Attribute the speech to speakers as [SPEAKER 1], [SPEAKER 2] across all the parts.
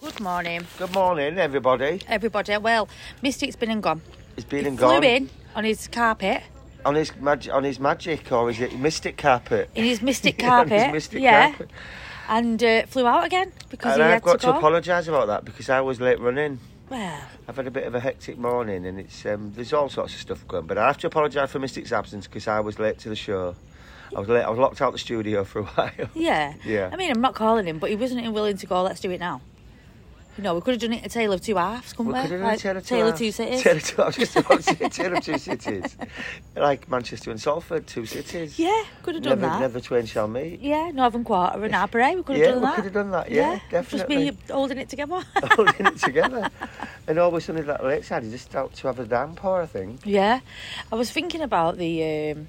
[SPEAKER 1] Good morning,
[SPEAKER 2] Good morning, everybody.
[SPEAKER 1] everybody. Well, Mystic's been and gone.
[SPEAKER 2] It's been
[SPEAKER 1] He
[SPEAKER 2] and gone
[SPEAKER 1] Flew in on his carpet,
[SPEAKER 2] on his mag- on his magic, or is it mystic carpet?
[SPEAKER 1] in his Mystic
[SPEAKER 2] Yeah, on
[SPEAKER 1] carpet.
[SPEAKER 2] his mystic
[SPEAKER 1] yeah.
[SPEAKER 2] carpet.
[SPEAKER 1] And uh, flew out again because
[SPEAKER 2] And
[SPEAKER 1] he
[SPEAKER 2] I've
[SPEAKER 1] had
[SPEAKER 2] got
[SPEAKER 1] to
[SPEAKER 2] to,
[SPEAKER 1] go.
[SPEAKER 2] apologise about that because I was late running.
[SPEAKER 1] Well,
[SPEAKER 2] I've had a bit of a hectic morning, and it's um, there's all sorts of stuff going. But I have to apologise for Mystic's absence because I was late to the show. I was late. I was locked out the studio for a while.
[SPEAKER 1] yeah.
[SPEAKER 2] Yeah.
[SPEAKER 1] I mean, I'm not calling him, but he wasn't willing to go. Let's do it now. You know, we could have done it a tale of two halves, couldn't we?
[SPEAKER 2] could have done
[SPEAKER 1] Like,
[SPEAKER 2] Tale of
[SPEAKER 1] tale of
[SPEAKER 2] Halves.
[SPEAKER 1] two cities.
[SPEAKER 2] Tale of two. I was just about to say Tale of two cities, like Manchester and Salford, two cities.
[SPEAKER 1] yeah, could have done
[SPEAKER 2] never,
[SPEAKER 1] that.
[SPEAKER 2] never twain shall meet.
[SPEAKER 1] Yeah, Northern Quarter and Harper, we could have
[SPEAKER 2] Yeah,
[SPEAKER 1] done
[SPEAKER 2] we
[SPEAKER 1] that.
[SPEAKER 2] could have done that, yeah, definitely.
[SPEAKER 1] Just be holding it together.
[SPEAKER 2] holding it together. And all of a sudden, that lakeside is just out to have a downpour, I think.
[SPEAKER 1] Yeah, I was thinking about the um,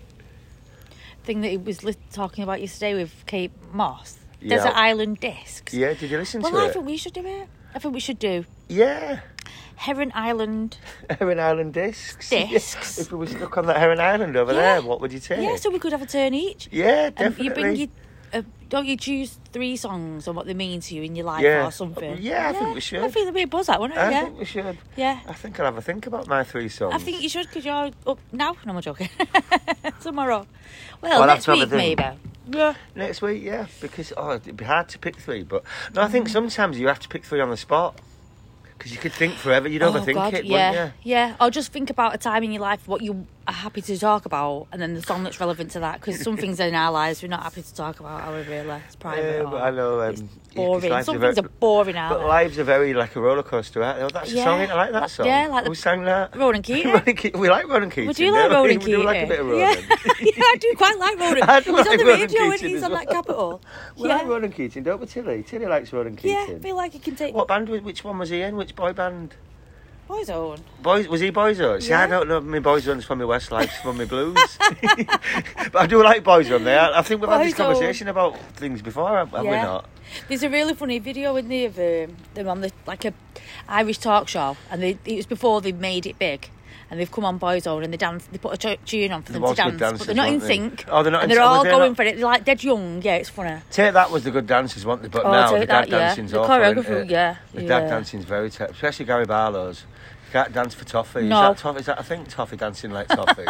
[SPEAKER 1] thing that he was li- talking about yesterday with Kate Moss.
[SPEAKER 2] Yeah.
[SPEAKER 1] Desert Island Discs.
[SPEAKER 2] Yeah, did you listen
[SPEAKER 1] Well,
[SPEAKER 2] to
[SPEAKER 1] I
[SPEAKER 2] it?
[SPEAKER 1] think we should do it. I think we should do
[SPEAKER 2] Yeah,
[SPEAKER 1] Heron Island.
[SPEAKER 2] Heron Island discs.
[SPEAKER 1] Discs.
[SPEAKER 2] Yeah. If we were stuck on that Heron Island over
[SPEAKER 1] Yeah.
[SPEAKER 2] there, what would you take?
[SPEAKER 1] Yeah, so we could have a turn each.
[SPEAKER 2] Yeah,
[SPEAKER 1] And you
[SPEAKER 2] definitely.
[SPEAKER 1] bring your, uh, don't you choose three songs and what they mean to you in your life
[SPEAKER 2] Yeah.
[SPEAKER 1] or something?
[SPEAKER 2] Yeah, I think we should.
[SPEAKER 1] I think there'd be a buzz out, wouldn't it?
[SPEAKER 2] I
[SPEAKER 1] yeah.
[SPEAKER 2] think we should.
[SPEAKER 1] yeah.
[SPEAKER 2] I think I'll have a think about my three songs.
[SPEAKER 1] I think you should because you're up now. No, I'm joking. Tomorrow. Well,
[SPEAKER 2] Well,
[SPEAKER 1] next
[SPEAKER 2] that's
[SPEAKER 1] week
[SPEAKER 2] another thing.
[SPEAKER 1] maybe. Yeah.
[SPEAKER 2] Next week, yeah, because oh, it'd be hard to pick three. But no, I
[SPEAKER 1] Mm.
[SPEAKER 2] think sometimes you have to pick three on the spot because you could think forever. You'd overthink it,
[SPEAKER 1] Oh, yeah,
[SPEAKER 2] wouldn't
[SPEAKER 1] yeah. Or just think about a time in your life what you are happy to talk about, and then the song that's relevant to that. Because some things in our lives we're not happy to talk about. Are we really? It's
[SPEAKER 2] you?
[SPEAKER 1] private.
[SPEAKER 2] but
[SPEAKER 1] or-
[SPEAKER 2] I know. Um,
[SPEAKER 1] it's
[SPEAKER 2] yeah, 'cause
[SPEAKER 1] boring.
[SPEAKER 2] lives
[SPEAKER 1] some
[SPEAKER 2] very-
[SPEAKER 1] things are boring out.
[SPEAKER 2] But
[SPEAKER 1] there.
[SPEAKER 2] lives are very like a roller coaster. Right? Oh, that's
[SPEAKER 1] Yeah.
[SPEAKER 2] a song. ain't it? I like that
[SPEAKER 1] That-
[SPEAKER 2] song.
[SPEAKER 1] yeah, like the-
[SPEAKER 2] Who sang that?
[SPEAKER 1] Ronan Keating.
[SPEAKER 2] Ronan Ke- we like Ronan Keating.
[SPEAKER 1] we do like
[SPEAKER 2] don't we?
[SPEAKER 1] Ronan
[SPEAKER 2] We do like a
[SPEAKER 1] Keating.
[SPEAKER 2] bit of Ronan.
[SPEAKER 1] Yeah, yeah, I do quite like Ronan.
[SPEAKER 2] I
[SPEAKER 1] he's
[SPEAKER 2] do
[SPEAKER 1] on
[SPEAKER 2] like
[SPEAKER 1] the
[SPEAKER 2] Ronan
[SPEAKER 1] radio and
[SPEAKER 2] Keating
[SPEAKER 1] he's
[SPEAKER 2] as
[SPEAKER 1] on that
[SPEAKER 2] well.
[SPEAKER 1] capital.
[SPEAKER 2] We
[SPEAKER 1] yeah,
[SPEAKER 2] like Ronan Keating, don't we, Tilly? Tilly likes Ronan
[SPEAKER 1] yeah.
[SPEAKER 2] Keating.
[SPEAKER 1] Feel like he can take
[SPEAKER 2] What band? was- Which one was he in? Which boy band?
[SPEAKER 1] boys on.
[SPEAKER 2] Boys, was he Boyzone? See,
[SPEAKER 1] Yeah.
[SPEAKER 2] I don't know. My Boyzone's from my Westlife, it's from my blues. but I do like Boyzone. There, I think we've had this
[SPEAKER 1] Boyzone.
[SPEAKER 2] conversation about things before, have, have we
[SPEAKER 1] Yeah.
[SPEAKER 2] not?
[SPEAKER 1] There's a really funny video in there of um, them on the like a Irish talk show, and they, it was before they made it big. And they've come on Boyzone and they dance. They put a tu- tune on for
[SPEAKER 2] They
[SPEAKER 1] them to
[SPEAKER 2] was good
[SPEAKER 1] dance,
[SPEAKER 2] dancers,
[SPEAKER 1] but they're not in
[SPEAKER 2] weren't they?
[SPEAKER 1] sync.
[SPEAKER 2] Oh, they're not
[SPEAKER 1] And
[SPEAKER 2] in
[SPEAKER 1] they're
[SPEAKER 2] sync. Oh,
[SPEAKER 1] all
[SPEAKER 2] they're
[SPEAKER 1] going
[SPEAKER 2] not-
[SPEAKER 1] for it. They're like dead young. Yeah, it's funny.
[SPEAKER 2] Take that was the good dancers, weren't they? But
[SPEAKER 1] Oh,
[SPEAKER 2] now
[SPEAKER 1] Take
[SPEAKER 2] the
[SPEAKER 1] That,
[SPEAKER 2] dad
[SPEAKER 1] yeah.
[SPEAKER 2] dancing's
[SPEAKER 1] The
[SPEAKER 2] awful. isn't
[SPEAKER 1] choreography,
[SPEAKER 2] it?
[SPEAKER 1] yeah,
[SPEAKER 2] The
[SPEAKER 1] yeah.
[SPEAKER 2] dad dancing's very terrible, especially Gary Barlow's. You can't dance for toffee.
[SPEAKER 1] No.
[SPEAKER 2] Is that toffee? Is that I think toffee dancing like toffee?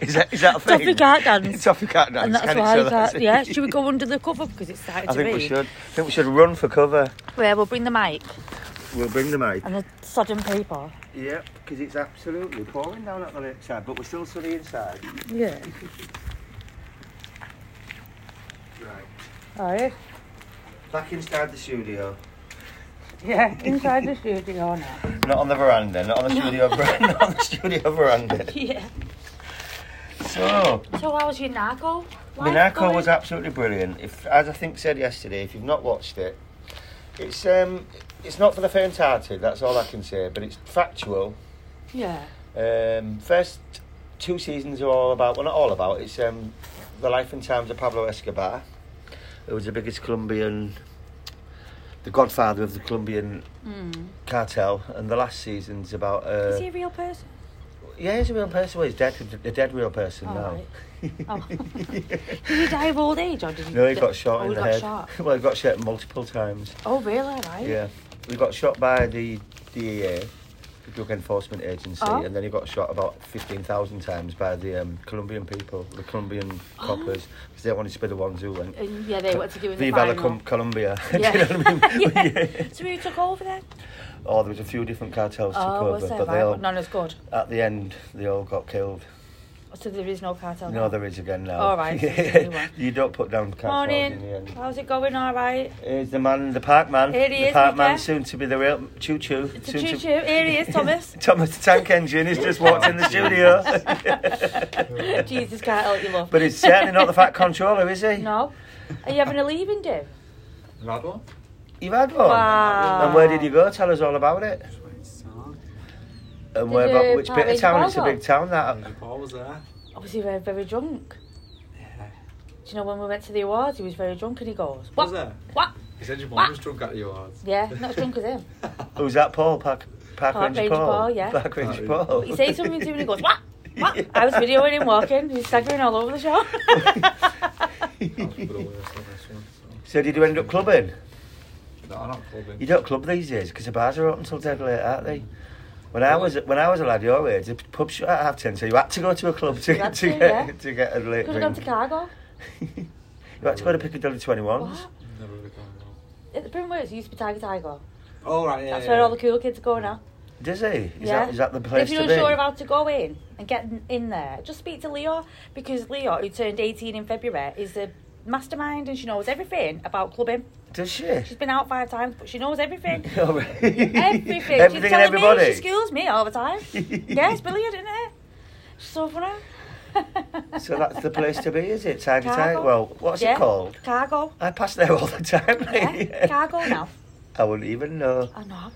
[SPEAKER 2] is that is that a thing?
[SPEAKER 1] Toffee can't dance.
[SPEAKER 2] toffee can't dance.
[SPEAKER 1] And that's
[SPEAKER 2] can it?
[SPEAKER 1] why.
[SPEAKER 2] So
[SPEAKER 1] I thought, yeah, should we go under the cover because it's starting
[SPEAKER 2] I
[SPEAKER 1] to
[SPEAKER 2] think
[SPEAKER 1] rain?
[SPEAKER 2] we should. I think we should run for cover.
[SPEAKER 1] Yeah, we'll bring the mic
[SPEAKER 2] We'll bring the mic.
[SPEAKER 1] and the sodden paper.
[SPEAKER 2] Yeah, because it's absolutely pouring down at the lakeside, but we're still sunny inside.
[SPEAKER 1] Yeah.
[SPEAKER 2] Right.
[SPEAKER 1] All right.
[SPEAKER 2] Back inside the studio.
[SPEAKER 1] Yeah, inside the studio now.
[SPEAKER 2] Not on the veranda, not on the studio veranda, not on the studio veranda.
[SPEAKER 1] Yeah.
[SPEAKER 2] So,
[SPEAKER 1] So how was your narco? life
[SPEAKER 2] Minako
[SPEAKER 1] going?
[SPEAKER 2] was absolutely brilliant. If, as I think said yesterday, if you've not watched it, it's um, it's not for the faint-hearted. That's all I can say. But it's factual.
[SPEAKER 1] Yeah.
[SPEAKER 2] Um, first two seasons are all about. Well, not all about. It's um, the life and times of Pablo Escobar, who was the biggest Colombian, the godfather of the Colombian
[SPEAKER 1] Mm.
[SPEAKER 2] cartel. And the last season's about.
[SPEAKER 1] Is
[SPEAKER 2] Uh,
[SPEAKER 1] he a real person?
[SPEAKER 2] yeah, he's a real person. Well, he's dead. A dead real person
[SPEAKER 1] All
[SPEAKER 2] now.
[SPEAKER 1] right. Oh. did he die of old age or did he?
[SPEAKER 2] No, he got shot
[SPEAKER 1] oh,
[SPEAKER 2] in
[SPEAKER 1] he
[SPEAKER 2] the
[SPEAKER 1] got
[SPEAKER 2] head.
[SPEAKER 1] shot.
[SPEAKER 2] Well, he got shot multiple times.
[SPEAKER 1] Oh, really? Right.
[SPEAKER 2] Yeah, we got shot by the DEA, the Drug Enforcement Agency,
[SPEAKER 1] Oh.
[SPEAKER 2] and then he got shot about 15,000 times by the um, Colombian people, the Colombian
[SPEAKER 1] Oh.
[SPEAKER 2] coppers, because they wanted to be the ones who went.
[SPEAKER 1] And yeah, they wanted to give him
[SPEAKER 2] Viva la
[SPEAKER 1] the final.
[SPEAKER 2] Com- Colombia.
[SPEAKER 1] Yeah.
[SPEAKER 2] Do you know what I mean?
[SPEAKER 1] yeah. So who took over then?
[SPEAKER 2] Oh, there was a few different cartels took
[SPEAKER 1] Oh,
[SPEAKER 2] over,
[SPEAKER 1] was there?
[SPEAKER 2] but they
[SPEAKER 1] Right,
[SPEAKER 2] all,
[SPEAKER 1] but none as good.
[SPEAKER 2] at the end, they all got killed.
[SPEAKER 1] So there is no cartel.
[SPEAKER 2] No, there is again now.
[SPEAKER 1] Uh-huh. All right, so there's a new one.
[SPEAKER 2] you don't put down cartels in the
[SPEAKER 1] Morning.
[SPEAKER 2] end.
[SPEAKER 1] How's it going? All right.
[SPEAKER 2] Here's the man, the park man.
[SPEAKER 1] Here he
[SPEAKER 2] the
[SPEAKER 1] is,
[SPEAKER 2] park man,
[SPEAKER 1] Mika.
[SPEAKER 2] soon to be the real choo choo.
[SPEAKER 1] It's a choo choo. Here he is, Thomas.
[SPEAKER 2] Thomas the Tank Engine has just walked in the studio.
[SPEAKER 1] Jesus can't help you, love.
[SPEAKER 2] But it's certainly not the Fat Controller, is he?
[SPEAKER 1] No. Are you having a leaving day?
[SPEAKER 3] Another?
[SPEAKER 2] You've had one.
[SPEAKER 1] Wow.
[SPEAKER 2] And where did you go? Tell us all about it. And where,
[SPEAKER 1] Did
[SPEAKER 2] about
[SPEAKER 1] you
[SPEAKER 2] which bit of
[SPEAKER 1] Paris
[SPEAKER 2] town? It's a
[SPEAKER 1] Volvo?
[SPEAKER 2] big town, that.
[SPEAKER 3] The Paul was there.
[SPEAKER 1] Obviously, we were very drunk. Do you know when we went to the awards, he was very drunk and he goes, What?
[SPEAKER 3] Was there?
[SPEAKER 1] What?
[SPEAKER 3] He said your
[SPEAKER 1] What?
[SPEAKER 3] mum was drunk at the awards.
[SPEAKER 1] Yeah, not as drunk as him.
[SPEAKER 2] Who's that, Paul? Park, Park,
[SPEAKER 1] Park
[SPEAKER 2] Ranger
[SPEAKER 1] Ranger
[SPEAKER 2] Paul?
[SPEAKER 1] Paul, yeah.
[SPEAKER 2] Park Ranger
[SPEAKER 3] Park
[SPEAKER 2] Paul.
[SPEAKER 1] But you say something to him and he goes, What? What? I was videoing him walking, he was staggering all over the shop.
[SPEAKER 3] That was for the worst on this one.
[SPEAKER 2] So did you end up clubbing?
[SPEAKER 3] No, I'm not clubbing.
[SPEAKER 2] You don't club these days because the bars are open till dead late, aren't they? When I was when I was a lad your age, the pub shut at half ten, so you had to go to a club to,
[SPEAKER 1] You
[SPEAKER 2] to,
[SPEAKER 1] had to,
[SPEAKER 2] get
[SPEAKER 1] yeah.
[SPEAKER 2] to get a late
[SPEAKER 1] Could have gone
[SPEAKER 2] drink.
[SPEAKER 1] to Cargo.
[SPEAKER 2] you had to go to Piccadilly Twenty Ones.
[SPEAKER 1] What?
[SPEAKER 3] Never really gone wrong.
[SPEAKER 1] At the Primrose, it used to be Tiger Tiger.
[SPEAKER 3] Oh, right, yeah.
[SPEAKER 1] That's
[SPEAKER 3] yeah,
[SPEAKER 1] where
[SPEAKER 3] yeah.
[SPEAKER 1] all the cool kids go now.
[SPEAKER 2] Does he? Is
[SPEAKER 1] yeah.
[SPEAKER 2] that is that the place
[SPEAKER 1] If you're
[SPEAKER 2] to be?
[SPEAKER 1] unsure of how to go in and get n- in there, just speak to Leo because Leo, who turned 18 in February, is a mastermind and she knows everything about clubbing.
[SPEAKER 2] Does she?
[SPEAKER 1] She's been out five times, but she knows everything.
[SPEAKER 2] All right.
[SPEAKER 1] Everything. She's
[SPEAKER 2] Everything and
[SPEAKER 1] telling Me,
[SPEAKER 2] everybody.
[SPEAKER 1] she schools me all the time. yeah, it's brilliant, isn't it? She's so funny.
[SPEAKER 2] so that's the place to be, is it? Tidy
[SPEAKER 1] Cargo.
[SPEAKER 2] tight. Well, what's
[SPEAKER 1] Yeah.
[SPEAKER 2] it called?
[SPEAKER 1] Cargo.
[SPEAKER 2] I pass there all the time. mate.
[SPEAKER 1] Yeah, cargo Uh. now. Oh,
[SPEAKER 2] I wouldn't even know.
[SPEAKER 1] I know.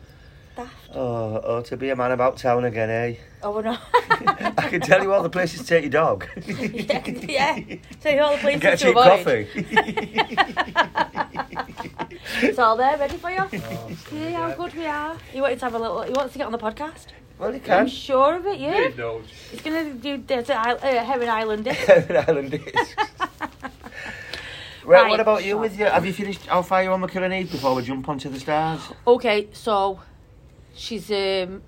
[SPEAKER 1] Daft.
[SPEAKER 2] Oh, oh, to be a man about town again, eh?
[SPEAKER 1] Oh, no.
[SPEAKER 2] I can tell you all the places to take your dog.
[SPEAKER 1] yeah, yeah. Tell you all the places
[SPEAKER 2] Get a
[SPEAKER 1] to
[SPEAKER 2] cheap
[SPEAKER 1] avoid.
[SPEAKER 2] coffee.
[SPEAKER 1] It's all there, ready for you.
[SPEAKER 3] Oh,
[SPEAKER 1] See how good we are. He wanted to have a little. He wants to get on the podcast.
[SPEAKER 2] well, you
[SPEAKER 1] I'm
[SPEAKER 2] can.
[SPEAKER 1] sure of it. Yeah.
[SPEAKER 3] Hey, no.
[SPEAKER 1] He's gonna do Desert Isle, uh, Heron Island. eh?
[SPEAKER 2] Heron Island is. Right,
[SPEAKER 1] Right.
[SPEAKER 2] what about you with your? Have you finished how far you on McKellen Eve before we jump onto the stars?
[SPEAKER 1] okay, so she's um,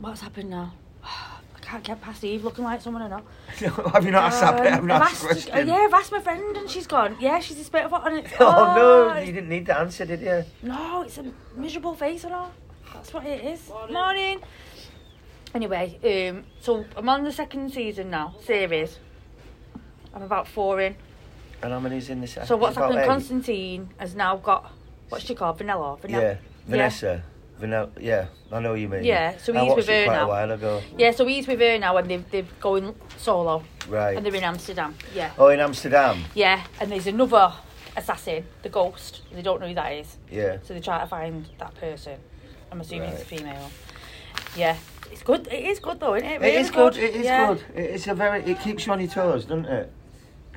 [SPEAKER 1] what's happened now? I can't get past Eve looking like someone I know.
[SPEAKER 2] have you not asked that? bit? I've
[SPEAKER 1] Um,
[SPEAKER 2] not
[SPEAKER 1] I've
[SPEAKER 2] asked the
[SPEAKER 1] asked-
[SPEAKER 2] question.
[SPEAKER 1] yeah, I've asked my friend and she's gone. Yeah, she's a spit of on it.
[SPEAKER 2] Oh no,
[SPEAKER 1] it's-
[SPEAKER 2] you didn't need the answer, did you?
[SPEAKER 1] No, it's a miserable face and all. That's what it is. Morning. Anyway, um, so I'm on the second season now, series. I'm about four in.
[SPEAKER 2] And how many's in this?
[SPEAKER 1] So what's
[SPEAKER 2] about
[SPEAKER 1] happened?
[SPEAKER 2] eight?
[SPEAKER 1] Constantine has now got what's she called? Vanilla.
[SPEAKER 2] Yeah,
[SPEAKER 1] Vanilla.
[SPEAKER 2] Vanessa. Vanel- yeah, I know what you mean.
[SPEAKER 1] Yeah, so
[SPEAKER 2] I
[SPEAKER 1] he's
[SPEAKER 2] watched
[SPEAKER 1] with her
[SPEAKER 2] it quite
[SPEAKER 1] now.
[SPEAKER 2] a while ago.
[SPEAKER 1] Yeah, so he's with her now, and they've they've going solo,
[SPEAKER 2] Right.
[SPEAKER 1] and they're in Amsterdam. Yeah.
[SPEAKER 2] Oh, in Amsterdam.
[SPEAKER 1] Yeah, and there's another assassin, the ghost. and They don't know who that is.
[SPEAKER 2] Yeah.
[SPEAKER 1] So they try to find that person. I'm assuming it's a
[SPEAKER 2] Right.
[SPEAKER 1] female. Yeah. It's good. It is good though, isn't it?
[SPEAKER 2] It
[SPEAKER 1] Really
[SPEAKER 2] is good. It is
[SPEAKER 1] Yeah.
[SPEAKER 2] good. It- It's a very. It keeps you on your toes, doesn't it?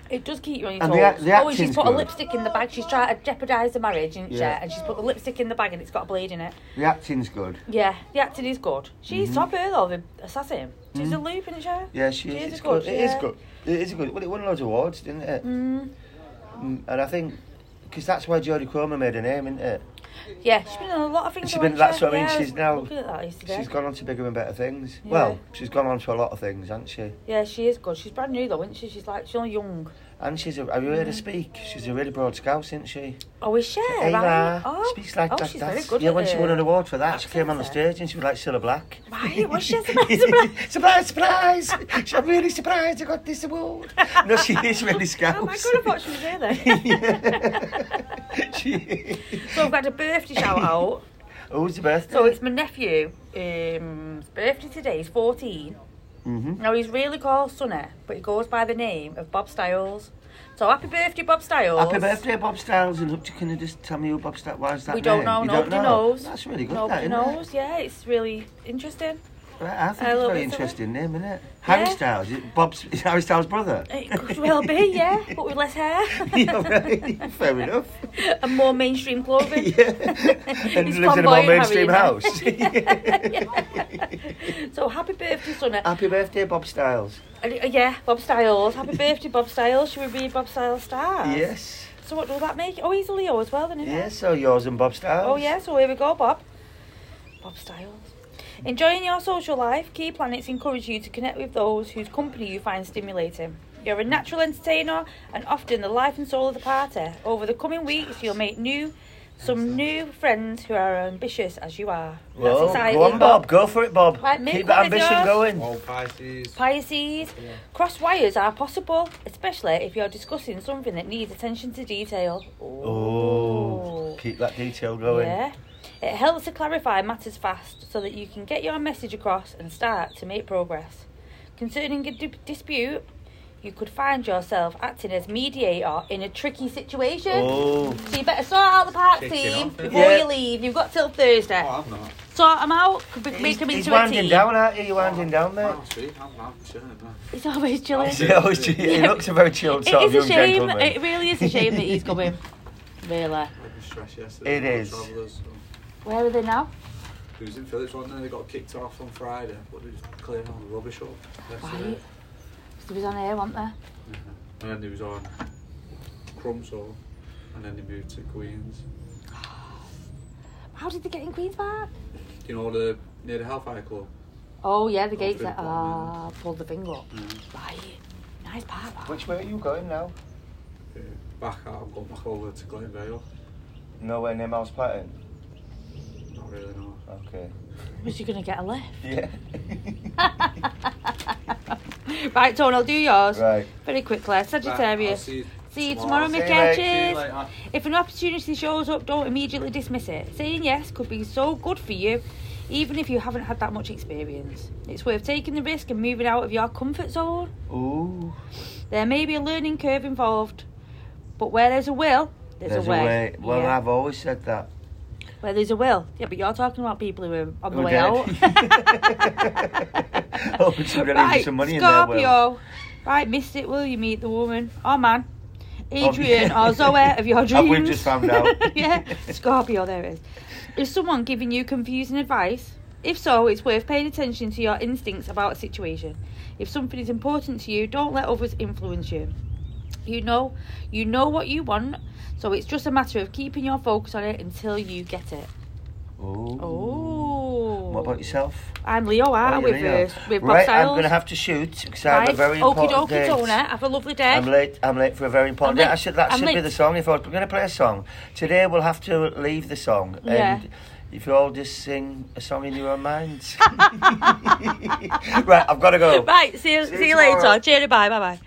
[SPEAKER 1] It does keep you on your
[SPEAKER 2] And the
[SPEAKER 1] toes.
[SPEAKER 2] act- the
[SPEAKER 1] oh, and she's
[SPEAKER 2] acting's
[SPEAKER 1] put a
[SPEAKER 2] good.
[SPEAKER 1] lipstick in the bag. She's trying to jeopardise the marriage, isn't
[SPEAKER 2] Yeah.
[SPEAKER 1] she? And she's put the lipstick in the bag and it's got a blade in it.
[SPEAKER 2] The acting's good.
[SPEAKER 1] Yeah, the acting is good. She's top her though, the assassin. She's a loop, isn't she?
[SPEAKER 2] Mm-hmm. Yeah, she,
[SPEAKER 1] She
[SPEAKER 2] is.
[SPEAKER 1] is
[SPEAKER 2] It's
[SPEAKER 1] good,
[SPEAKER 2] good. It is
[SPEAKER 1] yeah.
[SPEAKER 2] good. It is good. Well, it won loads of awards, didn't it?
[SPEAKER 1] Mm.
[SPEAKER 2] Mm, And I think because that's where Jodie Comer made her name, isn't it?
[SPEAKER 1] Yeah, she's been in a lot of things.
[SPEAKER 2] She's
[SPEAKER 1] hasn't
[SPEAKER 2] been- that's
[SPEAKER 1] she?
[SPEAKER 2] what I mean,
[SPEAKER 1] Yeah,
[SPEAKER 2] she's now-
[SPEAKER 1] Looking at that yesterday.
[SPEAKER 2] She's gone on to bigger and better things.
[SPEAKER 1] Yeah.
[SPEAKER 2] Well, she's gone on to a lot of things, hasn't she?
[SPEAKER 1] Yeah, she is good. She's brand new though, isn't she? She's like she's only young.
[SPEAKER 2] And she's a. Have you heard her speak? She's a really broad scouse, isn't she?
[SPEAKER 1] Oh, is she?
[SPEAKER 2] Hey,
[SPEAKER 1] right.
[SPEAKER 2] Ma.
[SPEAKER 1] Oh,
[SPEAKER 2] Speaks like
[SPEAKER 1] oh,
[SPEAKER 2] that.
[SPEAKER 1] she's
[SPEAKER 2] that's,
[SPEAKER 1] very good.
[SPEAKER 2] Yeah,
[SPEAKER 1] at
[SPEAKER 2] when she won
[SPEAKER 1] it.
[SPEAKER 2] an award for that, she came on the
[SPEAKER 1] Accents,
[SPEAKER 2] stage and she was like Cilla Black.
[SPEAKER 1] Right, was she a surprise? surprise?
[SPEAKER 2] surprise, surprise! She- I'm really surprised I got this award. No, she is really scouse.
[SPEAKER 1] Oh my god, I thought she was there then.
[SPEAKER 2] She-
[SPEAKER 1] so I've got a birthday shout out.
[SPEAKER 2] Who's the birthday?
[SPEAKER 1] So it's my nephew. Um, his birthday today. He's 14.
[SPEAKER 2] Mm-hmm.
[SPEAKER 1] Now he's really called Sonny, but he goes by the name of Bob Styles. So happy birthday, Bob Styles.
[SPEAKER 2] Happy birthday, Bob Styles. And look, can you just tell me who Bob Styles Why is that
[SPEAKER 1] We don't
[SPEAKER 2] name?
[SPEAKER 1] know,
[SPEAKER 2] You
[SPEAKER 1] nobody
[SPEAKER 2] don't know?
[SPEAKER 1] knows.
[SPEAKER 2] That's really good,
[SPEAKER 1] Nobody
[SPEAKER 2] that, isn't
[SPEAKER 1] knows, yeah, it's really interesting.
[SPEAKER 2] it? Right, I think
[SPEAKER 1] I
[SPEAKER 2] it's a
[SPEAKER 1] love
[SPEAKER 2] very
[SPEAKER 1] it so
[SPEAKER 2] interesting name, isn't it? Harry
[SPEAKER 1] Yeah.
[SPEAKER 2] Styles. Is it Bob's, is Harry Styles' brother?
[SPEAKER 1] It could well be, yeah, but with less hair.
[SPEAKER 2] Yeah, right. Fair enough.
[SPEAKER 1] and more mainstream clothing.
[SPEAKER 2] yeah. And
[SPEAKER 1] He's
[SPEAKER 2] lives in
[SPEAKER 1] flamboyant,
[SPEAKER 2] a more
[SPEAKER 1] Harry,
[SPEAKER 2] mainstream
[SPEAKER 1] isn't he?
[SPEAKER 2] house.
[SPEAKER 1] So happy birthday, Sonny.
[SPEAKER 2] Happy birthday, Bob Styles.
[SPEAKER 1] Uh, yeah, Bob Styles. Happy birthday, Bob Styles. Should we be a Bob Styles star?
[SPEAKER 2] Yes.
[SPEAKER 1] So what does that make? Oh, he's a Leo as well, then, isn't he?
[SPEAKER 2] Yes, so yours and Bob Styles.
[SPEAKER 1] Oh yeah, so here we go, Bob. Bob Styles. Enjoying your social life, Key Planets encourage you to connect with those whose company you find stimulating. You're a natural entertainer and often the life and soul of the party. Over the coming weeks, you'll make new, some new friends who are ambitious as you are.
[SPEAKER 2] Well, go on, Bob. Go for it, Bob.
[SPEAKER 1] Right, Mick, what
[SPEAKER 2] Keep that
[SPEAKER 1] is
[SPEAKER 2] ambition
[SPEAKER 1] yours?
[SPEAKER 2] going.
[SPEAKER 3] All Pisces.
[SPEAKER 1] Pisces,
[SPEAKER 3] Oh, Yeah.
[SPEAKER 1] cross wires are possible, especially if you're discussing something that needs attention to detail.
[SPEAKER 2] Oh, keep that detail going.
[SPEAKER 1] Yeah. It helps to clarify matters fast so that you can get your message across and start to make progress. Concerning a di- dispute, you could find yourself acting as mediator in a tricky situation.
[SPEAKER 2] Oh,
[SPEAKER 1] So you better sort out the park
[SPEAKER 3] Kicking
[SPEAKER 1] team
[SPEAKER 3] off.
[SPEAKER 1] before
[SPEAKER 2] Yeah.
[SPEAKER 1] you leave. You've got till Thursday.
[SPEAKER 3] Oh, I'm not.
[SPEAKER 1] Sort them out, c- b-
[SPEAKER 2] he's,
[SPEAKER 1] make them
[SPEAKER 2] he's
[SPEAKER 1] into a
[SPEAKER 2] winding
[SPEAKER 1] team.
[SPEAKER 2] down, aren't you? You're winding down, mate.
[SPEAKER 3] Oh, sweet. I'm, I'm chilling, man.
[SPEAKER 1] It's always chilling.
[SPEAKER 2] He always- oh, he
[SPEAKER 1] Yeah.
[SPEAKER 2] looks a very chilled
[SPEAKER 1] It
[SPEAKER 2] sort of
[SPEAKER 1] is
[SPEAKER 2] young
[SPEAKER 1] a shame.
[SPEAKER 2] gentleman.
[SPEAKER 1] It really is a shame that he's going. Really.
[SPEAKER 3] I've been stressed yesterday.
[SPEAKER 2] It
[SPEAKER 3] with all
[SPEAKER 2] is.
[SPEAKER 3] the Travellers. So.
[SPEAKER 1] Where are they now?
[SPEAKER 3] It was in Phillips one day, they got kicked off on Friday, but they just clearing all the rubbish up. yesterday.
[SPEAKER 1] Right. They was on air, weren't they?
[SPEAKER 3] Mhm. And then he was on Crumpsall, and then he moved to Queens.
[SPEAKER 1] How did they get in Queen's Park?
[SPEAKER 3] You know, the, near the Hellfire Club.
[SPEAKER 1] Oh, yeah, the
[SPEAKER 3] Oh,
[SPEAKER 1] gates
[SPEAKER 3] through the
[SPEAKER 1] that
[SPEAKER 3] bottom,
[SPEAKER 1] ah, pulled the thing up.
[SPEAKER 3] Mm.
[SPEAKER 1] Right. Nice park. that.
[SPEAKER 2] Which way are you going now?
[SPEAKER 3] Uh, back out, I've gone back over to Glenvale.
[SPEAKER 2] Nowhere near Mouse Platin.
[SPEAKER 3] Not really, no.
[SPEAKER 2] Okay.
[SPEAKER 1] Was you going to get a lift?
[SPEAKER 2] Yeah.
[SPEAKER 1] right, Tone, I'll do yours.
[SPEAKER 2] right.
[SPEAKER 1] Very quickly.
[SPEAKER 3] Right, I'll
[SPEAKER 1] Sagittarius.
[SPEAKER 3] see you
[SPEAKER 1] See you tomorrow,
[SPEAKER 2] See you,
[SPEAKER 1] my
[SPEAKER 2] mate.
[SPEAKER 1] catches.
[SPEAKER 2] See you
[SPEAKER 3] later.
[SPEAKER 1] If an opportunity shows up, don't immediately dismiss it. Saying yes could be so good for you, even if you haven't had that much experience. It's worth taking the risk and moving out of your comfort zone.
[SPEAKER 2] Ooh.
[SPEAKER 1] There may be a learning curve involved, but where there's a will, there's, a way.
[SPEAKER 2] Well,
[SPEAKER 1] Yeah.
[SPEAKER 2] I've always said that.
[SPEAKER 1] Where there's a will. Yeah, but you're talking about people who are on the
[SPEAKER 2] Who
[SPEAKER 1] way
[SPEAKER 2] did.
[SPEAKER 1] out.
[SPEAKER 2] Oh, but somebody needs some money in their will.
[SPEAKER 1] Scorpio. Right, missed it. Will you meet the woman or man?
[SPEAKER 2] Oh,
[SPEAKER 1] Adrian
[SPEAKER 2] yeah.
[SPEAKER 1] or Zoe of your
[SPEAKER 2] Have
[SPEAKER 1] dreams.
[SPEAKER 2] we just found out?
[SPEAKER 1] yeah, Scorpio, there it is. Is someone giving you confusing advice? If so, it's worth paying attention to your instincts about a situation. If something is important to you, don't let others influence you. You know, you know what you want, so it's just a matter of keeping your focus on it until you get it.
[SPEAKER 2] Ooh.
[SPEAKER 1] Oh.
[SPEAKER 2] What about yourself?
[SPEAKER 1] I'm Leo,
[SPEAKER 2] Oh,
[SPEAKER 1] aren't I,
[SPEAKER 2] you're
[SPEAKER 1] with,
[SPEAKER 2] Leo.
[SPEAKER 1] uh, with Bob
[SPEAKER 2] right, I'm
[SPEAKER 1] Styles.
[SPEAKER 2] going to have to shoot because I have a very
[SPEAKER 1] Okie
[SPEAKER 2] important
[SPEAKER 1] dokie,
[SPEAKER 2] date.
[SPEAKER 1] Tony. Have a lovely day.
[SPEAKER 2] I'm late. I'm late for a very important
[SPEAKER 1] I'm
[SPEAKER 2] day. I
[SPEAKER 1] late.
[SPEAKER 2] should, that
[SPEAKER 1] I'm
[SPEAKER 2] should be
[SPEAKER 1] late.
[SPEAKER 2] the song. If I was going to play a song today, we'll have to leave the song.
[SPEAKER 1] Yeah.
[SPEAKER 2] And if you all just sing a song in your own minds. right, I've got to go.
[SPEAKER 1] Right, see you,
[SPEAKER 2] See
[SPEAKER 1] see
[SPEAKER 2] you
[SPEAKER 1] you later.
[SPEAKER 2] tomorrow.
[SPEAKER 1] Cheers, bye, bye, bye.